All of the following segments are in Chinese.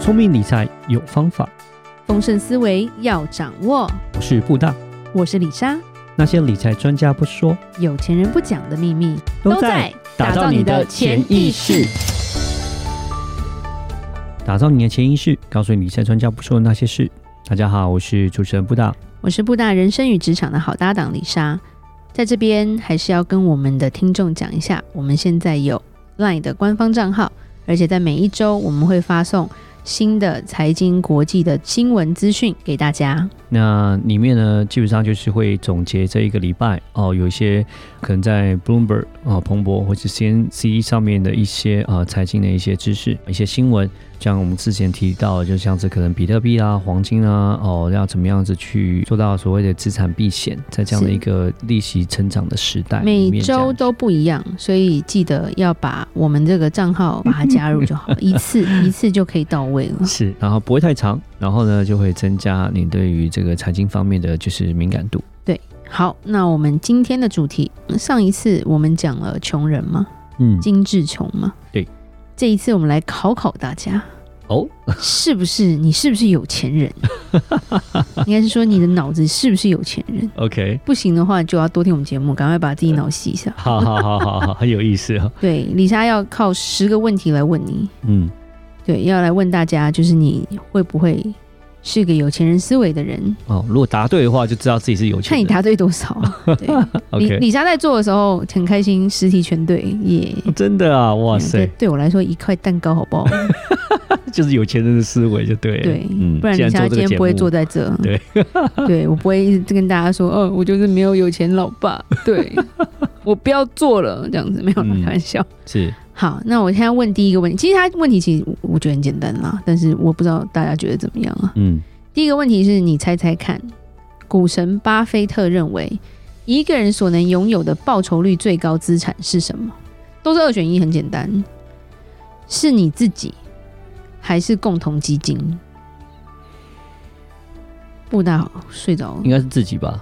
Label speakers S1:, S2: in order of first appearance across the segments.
S1: 聪明理财有方法，
S2: 丰盛思维要掌握。
S1: 我是布大。
S2: 我是李莎，
S1: 那些理财专家不说，
S2: 有钱人不讲的秘密
S1: 打造你的潜意识。，打造你的潜意识，告诉你理财专家不说的那些事。大家好，我是主持人布大。
S2: 我是布大人生与职场的好搭档李莎，在这边还是要跟我们的听众讲一下，我们现在有 LINE 的官方账号，而且在每一周我们会发送新的财经国际的新闻资讯给大家。
S1: 那里面呢，基本上就是会总结这一个礼拜哦，有一些可能在 Bloomberg 啊、彭博或是 CNC 上面的一些啊、呃财经的一些知识、一些新闻，像我们之前提到的，就像是可能比特币啦、黄金啊，哦，要怎么样子去做到所谓的资产避险，在这样的
S2: 是
S1: 一个利息成长的时代里
S2: 每
S1: 面这样子，
S2: 周都不一样，所以记得要把我们这个账号把它加入就好了，一次一次就可以到位了。
S1: 是，然后不会太长，然后呢就会增加你对于这个财经方面的就是敏感度。
S2: 好，那我们今天的主题，上一次我们讲了穷人嘛，
S1: 嗯，
S2: 精致穷嘛，
S1: 对。
S2: 这一次我们来考考大家，
S1: 哦，
S2: 是不是你是不是有 钱人？应该是说你的脑子是不是有钱人？
S1: ，OK，
S2: 不行的话，就要多听我们节目，赶快把自己脑洗 一下。
S1: 好好好好好，很有意思哈、哦。
S2: 对，李莎要靠十个问题来问你，
S1: 嗯，
S2: 对，要来问大家，就是你会不会是个有钱人思维的人？
S1: 哦，如果答对的话，就知道自己是有
S2: 看
S1: 钱
S2: 你
S1: 人。
S2: 答对多少。对，李
S1: OK，
S2: 李莎在做的时候很开心，实体全对，耶、
S1: 真的啊，哇
S2: 对
S1: 塞，，
S2: 对我来说一块蛋糕好不好？
S1: 就是有钱人的思维就 对了。
S2: 对，
S1: 嗯
S2: 不然
S1: 既
S2: 你
S1: 然做
S2: 像
S1: 这
S2: 今
S1: 个
S2: 天
S1: 节
S2: 不会
S1: 目
S2: 坐在这。
S1: 对，
S2: 对我不会一直跟大家说，哦，我就是没有有钱老 爸，对我不要做了，这样子没有啦
S1: 嗯
S2: 开玩笑。
S1: 是
S2: 好，那我现在问第一个问题，其实他问题其实我我觉得很简单啦，但是我不知道大家觉得怎么样啊。
S1: 嗯，
S2: 第一个问题是你猜猜看，股神巴菲特认为一个人所能拥有的报酬率最高资产是什么？都是二选一，很简单，是你自己还是共同基金？布大睡着了
S1: 应，该是自己吧？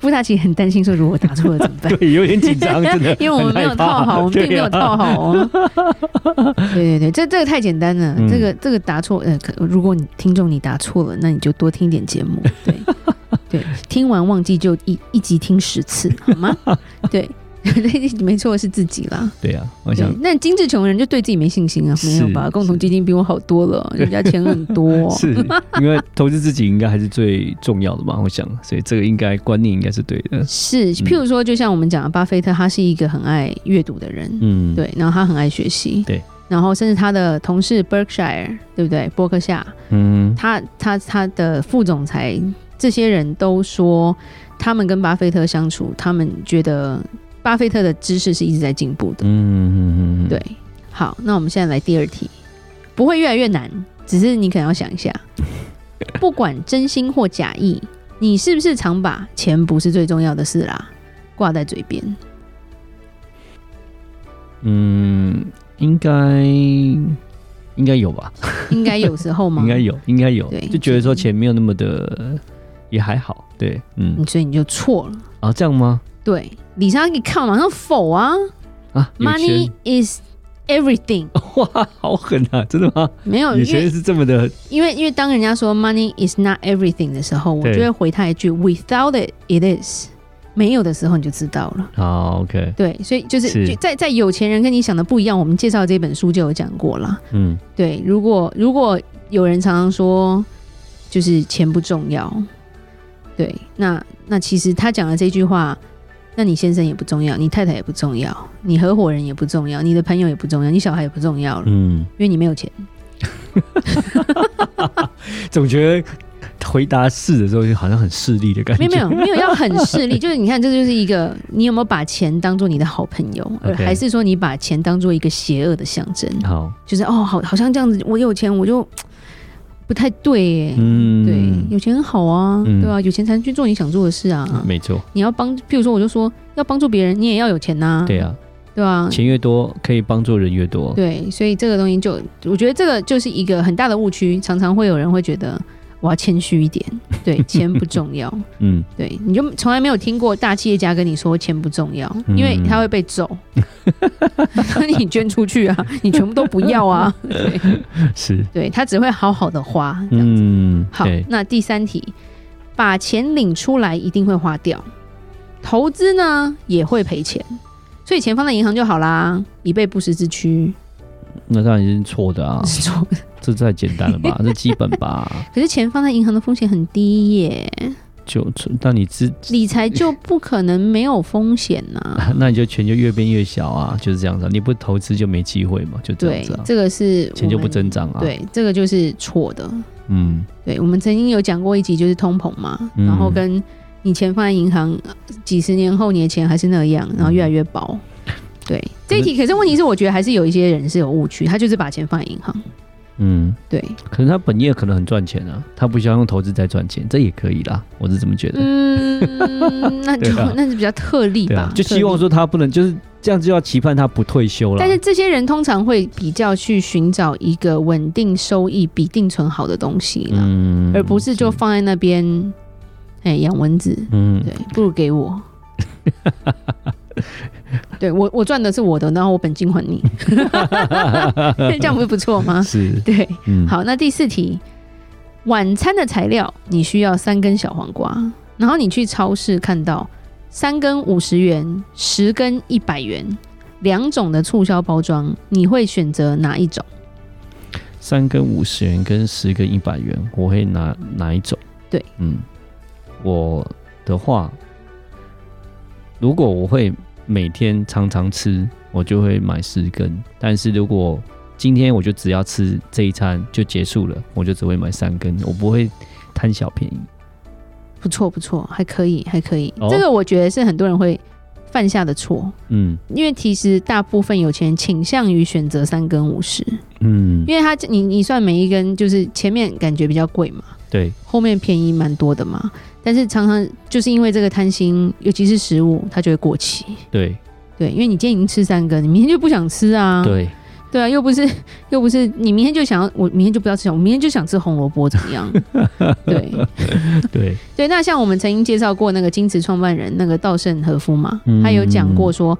S2: 布大其实很担心说如果答错了怎么办？，
S1: 对，有点紧张，真的
S2: 因为我们没有套好，我们并没有套好哦。对对对，这这个太简单了，
S1: 啊嗯
S2: 这个这个答错，呃，可如果你听众你答错了，那你就多听一点 节目，对对，听完忘记就一一集听十次，好 吗？对。 对，没错，是自己啦。
S1: 对啊，我
S2: 对
S1: 想，
S2: 那精致穷人就对自己没信心啊，没有
S1: 是
S2: 吧？
S1: 是
S2: 共同基金比我好多了，人家钱很多。
S1: 是因为投资自己应该还是最重要的嘛，我想，所以这个应该观念应该是对的。
S2: 是，譬如说，就像我们讲的，巴菲特他是一个很爱阅读的人，
S1: 嗯，
S2: 对，然后他很爱学习，
S1: 对，
S2: 然后甚至他的同事 Berkshire，对不对？伯克夏，
S1: 嗯，
S2: 他他他的副总裁，这些人都说，他们跟巴菲特相处，他们觉得巴菲特的知识是一直在进步的。
S1: 嗯嗯嗯嗯，
S2: 对，好，那我们现在来第二题，不会越来越难，只是你可能要 想一下，不管真心或假意，你是不是常把钱不是最重要的事啦挂在嘴边？
S1: 嗯，应该应该有吧，
S2: 应该有时候吗？
S1: 应该有，应该有
S2: 对，
S1: 就觉得说钱没有那么的，也还好，对，嗯
S2: 嗯，，所以你就错了。
S1: 啊，这样吗？
S2: 对，李莎你看马上否啊
S1: 啊，有
S2: ，Money
S1: 钱，
S2: is everything，
S1: 哇，好狠啊，真的吗？
S2: 没有，
S1: 有
S2: 哦因
S1: 钱
S2: 为
S1: 是这么的，
S2: 因为因为当人家说 Money is not everything 的时候，我
S1: 对
S2: 就会回他一句 Without it, it is。没有的时候你就知道了。
S1: 好，OK，
S2: 对，所以就是
S1: 是
S2: 就在在有钱人跟你想的不一样，我们介绍这本书就有讲过了。
S1: 嗯，
S2: 对，如果如果有人常常说就是钱不重要，对，那那其实他讲的这句话，那你先生也不重要，你太太也不重要，你合伙人也不重要，你的朋友也不重要，你小孩也不重要了，
S1: 嗯，
S2: 因为你没有钱。
S1: 总觉得回答是的时候，就好像很势利的感
S2: 没
S1: 觉，
S2: 有没有没有要很势利，就是你看这就是一个你有没有把钱当做你的好朋友，而
S1: OK
S2: 还是说你把钱当做一个邪恶的象征？
S1: 好，
S2: 就是哦，好好像这样子，我有钱我就不太对耶。
S1: 嗯，
S2: 对，有钱很好啊，
S1: 嗯
S2: 对啊，有钱才能去做你想做的事啊。
S1: 没错，
S2: 你要帮，譬如说，我就说要帮助别人，你也要有钱呐、
S1: 对，啊，
S2: 对啊，
S1: 钱越多可以帮助人越多，
S2: 对，所以这个东西就，我觉得这个就是一个很大的误区，常常会有人会觉得，我要谦虚一点， 对，钱不重要，
S1: 嗯，
S2: 对，你就从来没有听过大企业家跟你说钱不重要，
S1: 嗯
S2: 因为他会 被揍。 那你捐出去啊，你全部都不要啊，对，
S1: 是，
S2: 对他只会好好的花这样子。
S1: 嗯，
S2: 好
S1: 对，，
S2: 那第三题，把钱领出来一定会花掉，投资呢也会赔钱，所以钱放在银行就好啦，以备不时之需。
S1: 那当然是错的啊，
S2: 是错
S1: 这太简单了吧，这基本吧，
S2: 可是钱放在银行的风险很低耶，
S1: 就那你知，
S2: 理财就不可能没有风险呐、
S1: 那你就钱就越变越小啊，就是这样子啊、你不投资就没机会嘛，就 这样
S2: 对
S1: 子、啊，，
S2: 这个是
S1: 钱就不增
S2: 真。
S1: 长啊，，
S2: 对，这个就是错的。
S1: 嗯
S2: 对，我们曾经有讲过一集就是通膨嘛，
S1: 嗯
S2: 然后跟你钱放在银行，呃几十年后你的钱还是那样，然后越来越薄。
S1: 嗯
S2: 对，这一题可是问题是，我觉得还是有一些人是有误区，他就是把钱放在银行。
S1: 嗯，
S2: 对，
S1: 可能他本业可能很赚钱啊，他不需要用投资再赚钱，这也可以啦，我是这么觉得，
S2: 嗯，那 就、
S1: 对啊
S2: 那就比较特例
S1: 对
S2: 吧，
S1: 啊，就
S2: 特
S1: 希望
S2: 例。
S1: 说他不能就是这样，就要期盼他不退休了，
S2: 但是这些人通常会比较去寻找一个稳定收益比定存好的东西啦，
S1: 嗯
S2: 而不是就放在那边，哎，养蚊子。
S1: 嗯
S2: 对，不如 给我。对我，我赚的是我的，然后我本金还 你，这样不是不错吗？
S1: 是
S2: 对，
S1: 嗯
S2: 好，那第四题，晚餐的材料你需要三根小黄瓜，然后你去超市看到三根五十元、十根一百元两种的促销包装，你会选择哪一种？
S1: 三根五十元跟十根一百元，我会拿哪一种？
S2: 对，
S1: 嗯，我的话，如果我会每天常常吃，我就会买十根。但是如果今天我就只要吃这一餐就结束了，我就只会买三根，我不会贪小便宜。
S2: 不错，不错，还可以，还可以，
S1: 哦
S2: 这个我觉得是很多人会犯下的错。
S1: 嗯
S2: 因为其实大部分有钱人倾向于选择三根五十，
S1: 嗯，
S2: 因为他你你算每一根就是前面感觉比较贵嘛，
S1: 对，
S2: 后面便宜蛮多的嘛。但是常常就是因为这个贪心，尤其是食物，它就会过期。
S1: 对
S2: 对，因为你今天已经吃三根，你明天就不想吃啊。
S1: 对，
S2: 对啊，又不是又不是你明天就想要，我明天就不要吃，我明天就想吃红萝卜，怎么样？对
S1: 对，
S2: 对，那像我们曾经介绍过那个金瓷创办人那个稻盛和夫嘛，
S1: 嗯
S2: 他有讲过说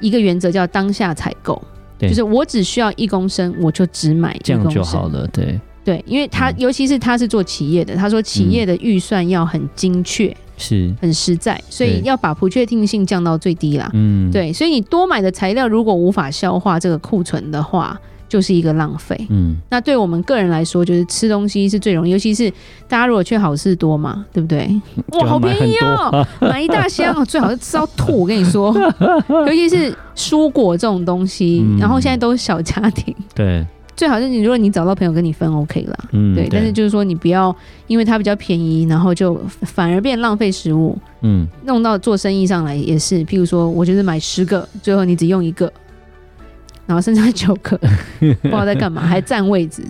S2: 一个原则叫当下采购，
S1: 对
S2: 就是我只需要一公升，我就只买一
S1: 这样
S2: 公
S1: 就好
S2: 升。
S1: 了。对，
S2: 对，因为他、
S1: 嗯
S2: 尤其是他是做企业的，他说企业的预算要很精确、
S1: 是，
S2: 很实在，所以
S1: 嗯对
S2: 要把不确定性降到最低啦。
S1: 嗯，，
S2: 对，所以你多买的材料如果无法消化这个库存的话，就是一个浪费。
S1: 嗯
S2: 那对我们个人来说，就是吃东西是最容易，尤其是大家如果去好事多嘛，对不对？哇，
S1: 就
S2: 好
S1: 要买
S2: 便宜哦， 买一大箱，最好是吃到吐。我跟 你说，尤其是蔬果这种东西，
S1: 嗯
S2: 然后现在都是小家庭，
S1: 对，
S2: 最好是你如果你找到朋友跟你分 OK 啦。
S1: 嗯，
S2: 对，但是就是说你不要因为它比较便宜，然后就反而变浪费食物，
S1: 嗯，
S2: 弄到做生意上来也是。譬如说，我就是买十个，最后你只用一个，然后剩下九个，不知道在干嘛，还占位置。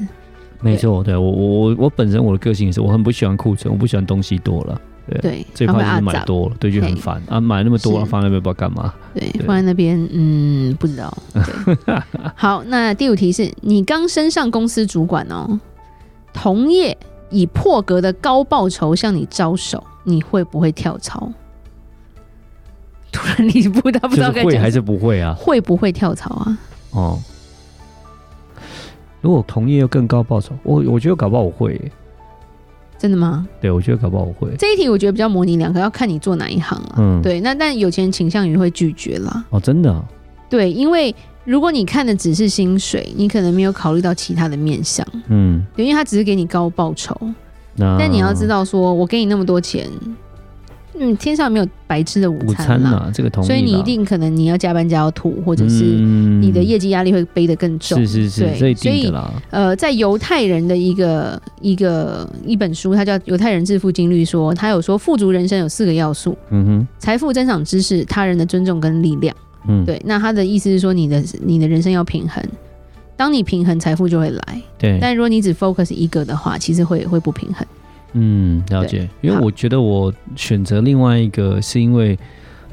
S1: 没错，对我我我我本身我的个性也是，我很不喜欢库存，我不喜欢东西多了，
S2: 对，
S1: 最
S2: 他会
S1: 怕就是
S2: 阿
S1: 买
S2: 杂
S1: 多了，对，就很
S2: 嘿
S1: 烦啊，买那么多
S2: 是
S1: 了放在那边不知道干嘛。
S2: 对，
S1: 对
S2: 放在那边，嗯，不知道。 对，好，那第五题是你刚升上公司主管哦，同业以破格的高报酬向你招手，你会不会跳槽？突然离谱，他不知
S1: 就
S2: 道
S1: 是
S2: 该
S1: 会
S2: 讲
S1: 还
S2: 什
S1: 是不会
S2: 么
S1: 啊？
S2: 会不会跳槽啊？
S1: 哦，如果同业又更高报酬，我我觉得搞不好我会耶，
S2: 真的吗？
S1: 对我觉得搞不好我会，
S2: 这一题我觉得比较模棱两可，要看你做哪一行了、
S1: 嗯，，
S2: 对，那但有钱人倾向于会拒绝啦。
S1: 哦，真的啊，
S2: 对，因为如果你看的只是薪水，你可能没有考虑到其他的面向，
S1: 嗯，
S2: 对因为他只是给你高报酬。
S1: 那
S2: 但你要知道说我给你那么多钱，嗯，天上没有白吃的午
S1: 午
S2: 餐
S1: 餐啊
S2: 啦，
S1: 呐，这个同意啦，
S2: 所以你一定可能你要加班加到吐，或
S1: 或
S2: 者是
S1: 你
S2: 你的业绩压力会背得更重。
S1: 是是是，
S2: 对
S1: 这一
S2: 所
S1: 定
S2: 以
S1: 的啦，
S2: 呃，在犹太人的一个一个一本书，它叫《犹太人致富经律》说，他有说富足人生有四个要素：
S1: 嗯
S2: 财富、增长知识、他人的尊重跟力量。
S1: 哼，嗯，
S2: 对，那他的意思是说，你的你的人生要平衡。当你平衡，财富就会来。
S1: 对，
S2: 但如果你只 focus 一个的话，其实会会不平衡。
S1: 嗯，了
S2: 对
S1: 解，因为
S2: 好
S1: 我觉得我选择另外一个是因为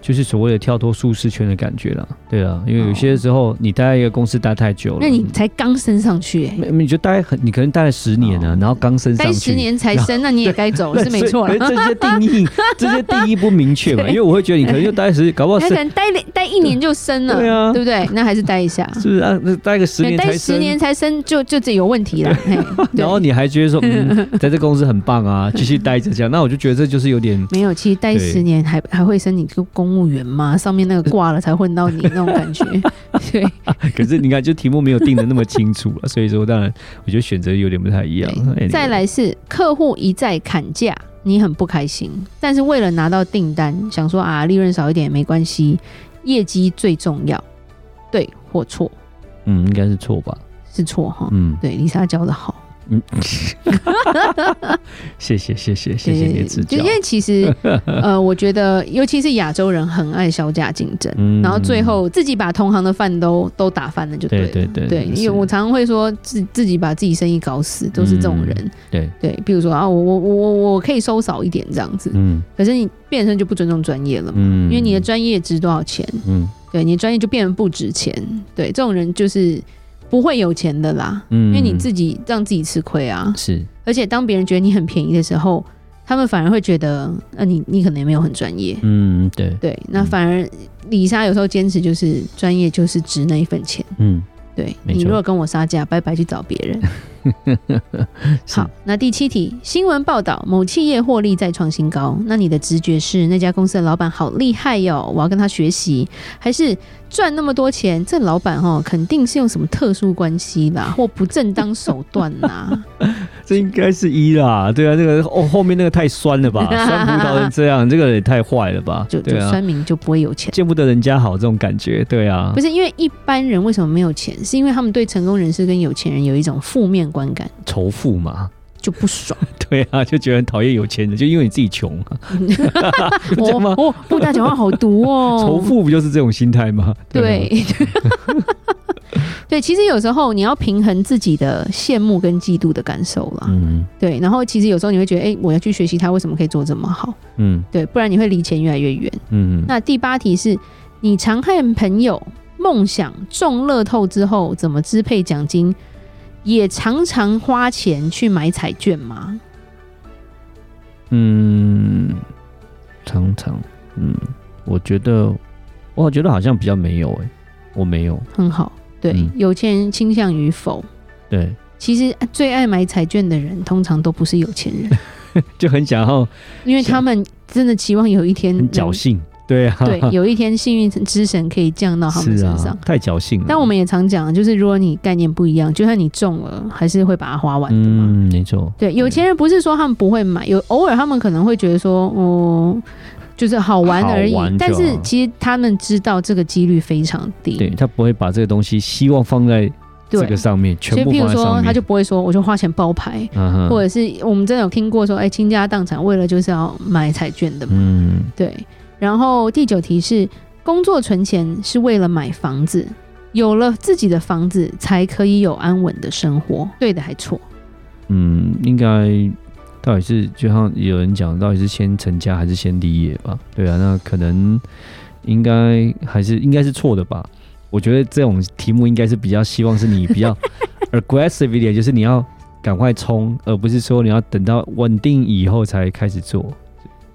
S1: 就是所谓的跳脱舒适圈的感觉啦。对啊，因为有些时候你待在一个公司待太久了，嗯
S2: 那你才刚升上去、欸，
S1: 没没你就待很，你可能待了十年啊，
S2: 哦
S1: 然后刚升上
S2: 待
S1: 去，
S2: 十年才升，那你也该走
S1: 对
S2: 了，是没错
S1: 所以
S2: 了。
S1: 可是这些定义，这些定义不明确嘛，
S2: 对
S1: 因为我会觉得你可能就待 十，搞不好
S2: 他
S1: 是
S2: 可能待待一年就升了，
S1: 对啊
S2: 不对？那还是待一下，
S1: 是不是啊？那待个十年
S2: 待
S1: 才
S2: 十
S1: 升，
S2: 年才升，就就这有问题了。 嘿对
S1: 然后你还觉得说， 嗯，在这公司很棒啊，继续待着这样，那我就觉得这就是有点
S2: 没有，其实待
S1: 对
S2: 十年还还会升你个公务员吗？上面那个挂了才混到你那种感 觉，对
S1: 可是你看，就题目没有定的那么清楚啊了，所以说当然，我觉得选择有点不太一样。Anyway，
S2: 再来是客户一再砍价，你很不开心，但是为了拿到订单，想说啊利润少一点也没关系，业绩最重要，对或错
S1: 嗯，应该是错吧？
S2: 是错哈。
S1: 嗯
S2: 对，丽莎教的好，
S1: 嗯，谢谢谢谢谢谢你的指
S2: 就
S1: 教
S2: 因。为其 实呃，我觉得尤其是亚洲人很爱销价竞争，
S1: 嗯
S2: 然后最后自己把同行的饭都都打翻了，就对
S1: 对
S2: 了。
S1: 对对
S2: 对，因为我常常会说自自己把自己生意搞死，都
S1: 嗯
S2: 是这种人。
S1: 对，
S2: 对，比如说啊，我我我我我可以收少一点这样子，
S1: 嗯
S2: 可是你变成就不尊重专业了嘛，
S1: 嗯，
S2: 因为你的专业值多少钱？
S1: 嗯
S2: 对，你的专业就变得不值钱。对，这种人就是不会有钱的啦，
S1: 嗯，
S2: 因为你自己让自己吃亏啊。
S1: 是
S2: 而且当别人觉得你很便宜的时候，他们反而会觉得，呃，你你可能也没有很专业。
S1: 嗯对
S2: 对，那
S1: 嗯
S2: 反而李莎有时候坚持就是专业就是值那一份钱。
S1: 嗯
S2: 对
S1: 没
S2: 你
S1: 错
S2: 如果跟我杀价，拜拜去找别人。
S1: 是
S2: 好，那第七题，新闻报道某企业获利再创新高，那你的直觉是那家公司的老板好厉害哟、我要跟他学习，还是赚那么多钱，这老板哦肯定是用什么特殊关系啦，或不正当手段啦？
S1: 这应该是一啦，对啊，这个哦后面那个太酸了 吧，酸葡萄成这样，这个也太坏了吧，
S2: 就 就
S1: 对啊，
S2: 酸民就不会有钱。
S1: 见不得人家好这种感觉，对啊
S2: 不，是因为一般人为什么没有钱，是因为他们对成功人士跟有钱人有一种负面观感，
S1: 仇富嘛，
S2: 就 不爽。
S1: 对啊，就觉得很讨厌有钱人，就因为你自己穷 啊，这样吗
S2: 哦哦，不打讲话好毒哦，
S1: 仇富不就是这种心态吗？
S2: 对
S1: 啊，
S2: 对，其实有时候你要平衡自己的羡慕跟嫉妒的感受啦。
S1: 嗯
S2: 对，然后其实有时候你会觉得，哎、我要去学习他为什么可以做这么好，
S1: 嗯
S2: 对，不然你会离钱越来越远。
S1: 嗯，
S2: 那第八题是你常和朋友梦想中乐透之后怎么支配奖金，也常常花钱去买彩券吗？
S1: 嗯，常常，嗯，我觉得，我觉得好像比较没有哎、我没有，
S2: 很好，对，
S1: 嗯
S2: 有钱人倾向于否。
S1: 对，
S2: 其实啊最爱买彩券的人，通常都不是有钱 人，
S1: 就很想
S2: 嗯
S1: 要，
S2: 因为他们真的期望有一天
S1: 啊很
S2: 能
S1: 侥幸，对啊，
S2: 对，有一天幸运之神可以 降到他们
S1: 是
S2: 身上。
S1: 啊，太侥幸了。
S2: 但我们也常讲，啊就是如果你概念不一样，就算你中了，还是会把它花完的嘛。
S1: 嗯，没错，
S2: 对，有钱人不是说他们不会买，有偶尔他们可能会觉得说，哦、就是好玩而已
S1: 好玩就。
S2: 但是
S1: 好
S2: 其实他们知道这个几率非常低。
S1: 对他不会把这个东西希望放在
S2: 对
S1: 这个上面，
S2: 所以
S1: 全部
S2: 譬
S1: 放在
S2: 如
S1: 上
S2: 说，
S1: 面，
S2: 他就不会说，我就花钱包牌，
S1: 嗯哼
S2: 或者是我们真的有听过说，哎，倾家荡产为了就是要买彩券的嘛。
S1: 嗯
S2: 对，然后第九题是工作存钱是为了买房子，有了自己的房子才可以有安稳的生活。对的还错？
S1: 嗯，应该到底是就像有人讲，到底是先成家还是先立业吧？对啊，那可能应该还是应该是错的吧？我觉得这种题目应该是比较希望是你比 较 aggressive 一点，就是你要赶快冲，而不是说你要等到稳定以后才开始做。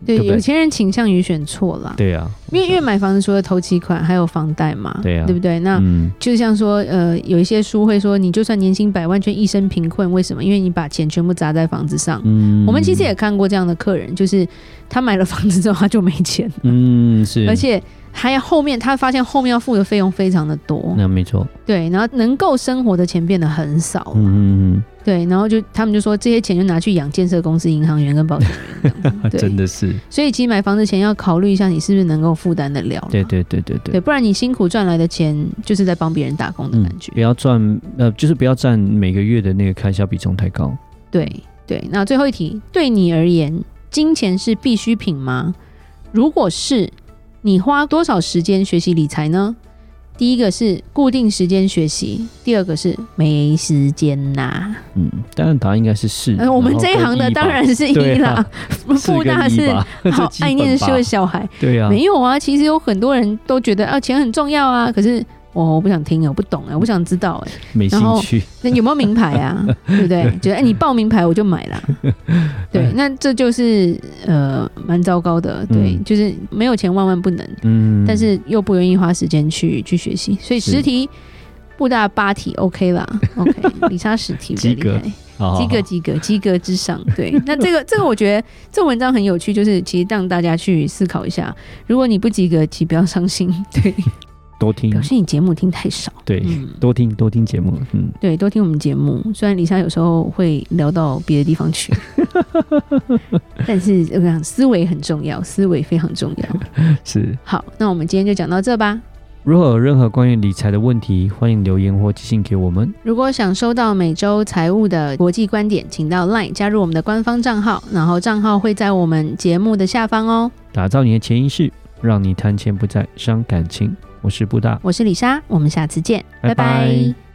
S2: 对，
S1: 对不对
S2: 有钱人倾向于选错啦，
S1: 对啊，
S2: 因为因为买房子除了头期款，还有房贷嘛，
S1: 对啊
S2: 不对？那、
S1: 嗯
S2: 就像说，呃，有一些书会说，你就算年薪百万，却一生贫困，为什么？因为你把钱全部砸在房子上。
S1: 嗯
S2: 我们其实也看过这样的客人，就是他买了房子之后他就没钱，
S1: 嗯是，
S2: 而且还要后面他发现后面要付的费用非常的多。
S1: 那没错，
S2: 对，然后能够生活的钱变得很少，
S1: 嗯嗯
S2: 对，然后就他们就说这些钱就拿去养建设公司、银行员跟保险员这样
S1: 嗯，
S2: 子，对， 哦
S1: 真的是，
S2: 所以其实买房子前要考虑一下你是不是能够负担得了啦，
S1: 对对对对对
S2: 对，。不然你辛苦赚来的钱就是在帮别人打工的感觉，
S1: 嗯不要占呃，就是不要占每个月的那个开销比重太高。
S2: 对对。那最后一题，对你而言，金钱是必需品吗？如果是，你花多少时间学习理财呢？第一个是固定时间学习，第二个是没时间呐、
S1: 嗯，当然答案应该是是。
S2: 呃，我们
S1: 然后
S2: 这一
S1: 跟
S2: 行
S1: 吧
S2: 的当然是一
S1: 对
S2: 啦
S1: 啊，
S2: 复大
S1: 跟一
S2: 是
S1: 吧 这
S2: 好
S1: 基
S2: 爱
S1: 本
S2: 念
S1: 吧
S2: 书的小孩。
S1: 对呀、啊，
S2: 没有啊，其实有很多人都觉得啊，钱很重要啊，可是我、我不想听啊，我不懂啊，我不想知道哎、
S1: 没
S2: 然后
S1: 兴趣。
S2: 那有没有名牌 啊？对不对？觉得哎、你报名牌我就买啦。对，那这就是呃蛮糟糕的，对，
S1: 嗯
S2: 就是没有钱万万不能，
S1: 嗯，
S2: 但是又不愿意花时间去去学习，所以
S1: 是
S2: 十题布大八题 OK 啦，OK，李莎十题比较
S1: 及格哦
S2: 厉害。
S1: 好好
S2: 及格
S1: 好
S2: 及格及格之上，对。那 这个这个，我觉得这文章很有趣，就是其实让大家去思考一下，如果你不及格，请不要伤心，对，
S1: 多听
S2: 表，示你节目听太少，
S1: 嗯对，
S2: 嗯，
S1: 多听多听节目，嗯，
S2: 对，多听我们节目。虽然李莎有时候会聊到别的地 方去，但是我想思维很重要，思维非常重要。
S1: 是。
S2: 好，那我们今天就讲到这吧。
S1: 如果有任何关于理财的问题，欢迎留言或寄信给我们。
S2: 如果想收到每周财务的国际观点，请到 LINE 加入我们的官方账号，然后账号会在我们节目的下方哦。
S1: 打造你的潜意识，让你谈钱不再伤感情。我是布大，
S2: 我是李莎，我们下次见，
S1: 拜拜
S2: 拜拜